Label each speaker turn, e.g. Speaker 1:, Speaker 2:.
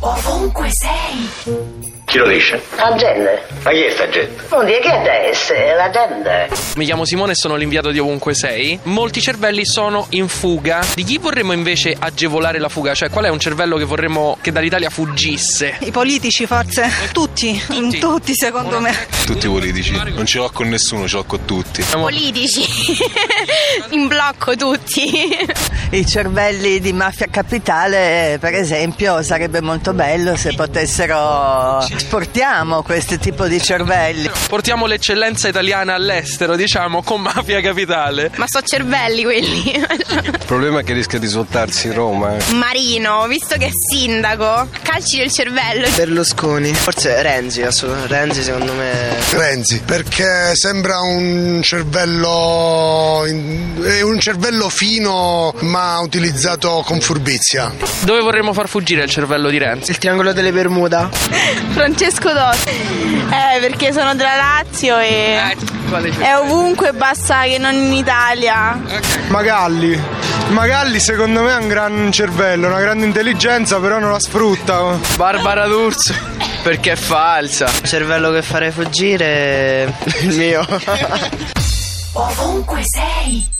Speaker 1: Ovunque sei.
Speaker 2: Chi lo dice?
Speaker 3: La gente.
Speaker 2: Ma chi è sta gente?
Speaker 3: Non dire che è da essere, la gente.
Speaker 4: Mi chiamo Simone e sono l'inviato di Ovunque Sei. Molti cervelli sono in fuga. Di chi vorremmo invece agevolare la fuga? Cioè, qual è un cervello che vorremmo che dall'Italia fuggisse?
Speaker 5: I politici forse? Tutti,
Speaker 4: Tutti.
Speaker 5: tutti, secondo me.
Speaker 6: Tutti politici. Non ce l'ho con nessuno, ce l'ho con tutti.
Speaker 7: politici in blocco tutti
Speaker 5: I cervelli di Mafia Capitale, per esempio, sarebbe molto bello se potessero. Sportiamo questo tipo di cervelli.
Speaker 4: Portiamo l'eccellenza italiana all'estero, diciamo, con Mafia Capitale.
Speaker 7: ma so cervelli quelli
Speaker 6: Il problema è che rischia di svoltarsi Roma. eh.
Speaker 7: Marino visto che è sindaco calci del cervello
Speaker 8: Berlusconi. Forse Renzi, assolutamente. Renzi secondo me.
Speaker 9: Renzi perché sembra un cervello in- è un cervello fino ma utilizzato con furbizia
Speaker 4: Dove vorremmo far fuggire il cervello di Renzi?
Speaker 8: Il triangolo delle Bermuda.
Speaker 7: Francesco Dotti eh perché sono della Lazio e è ovunque basta che non in Italia
Speaker 10: Magalli. Magalli secondo me ha un gran cervello, una grande intelligenza, però non la sfrutta.
Speaker 4: Barbara D'Urso. Perché è falsa.
Speaker 8: Il cervello che farei fuggire. Il mio.
Speaker 1: Ovunque sei.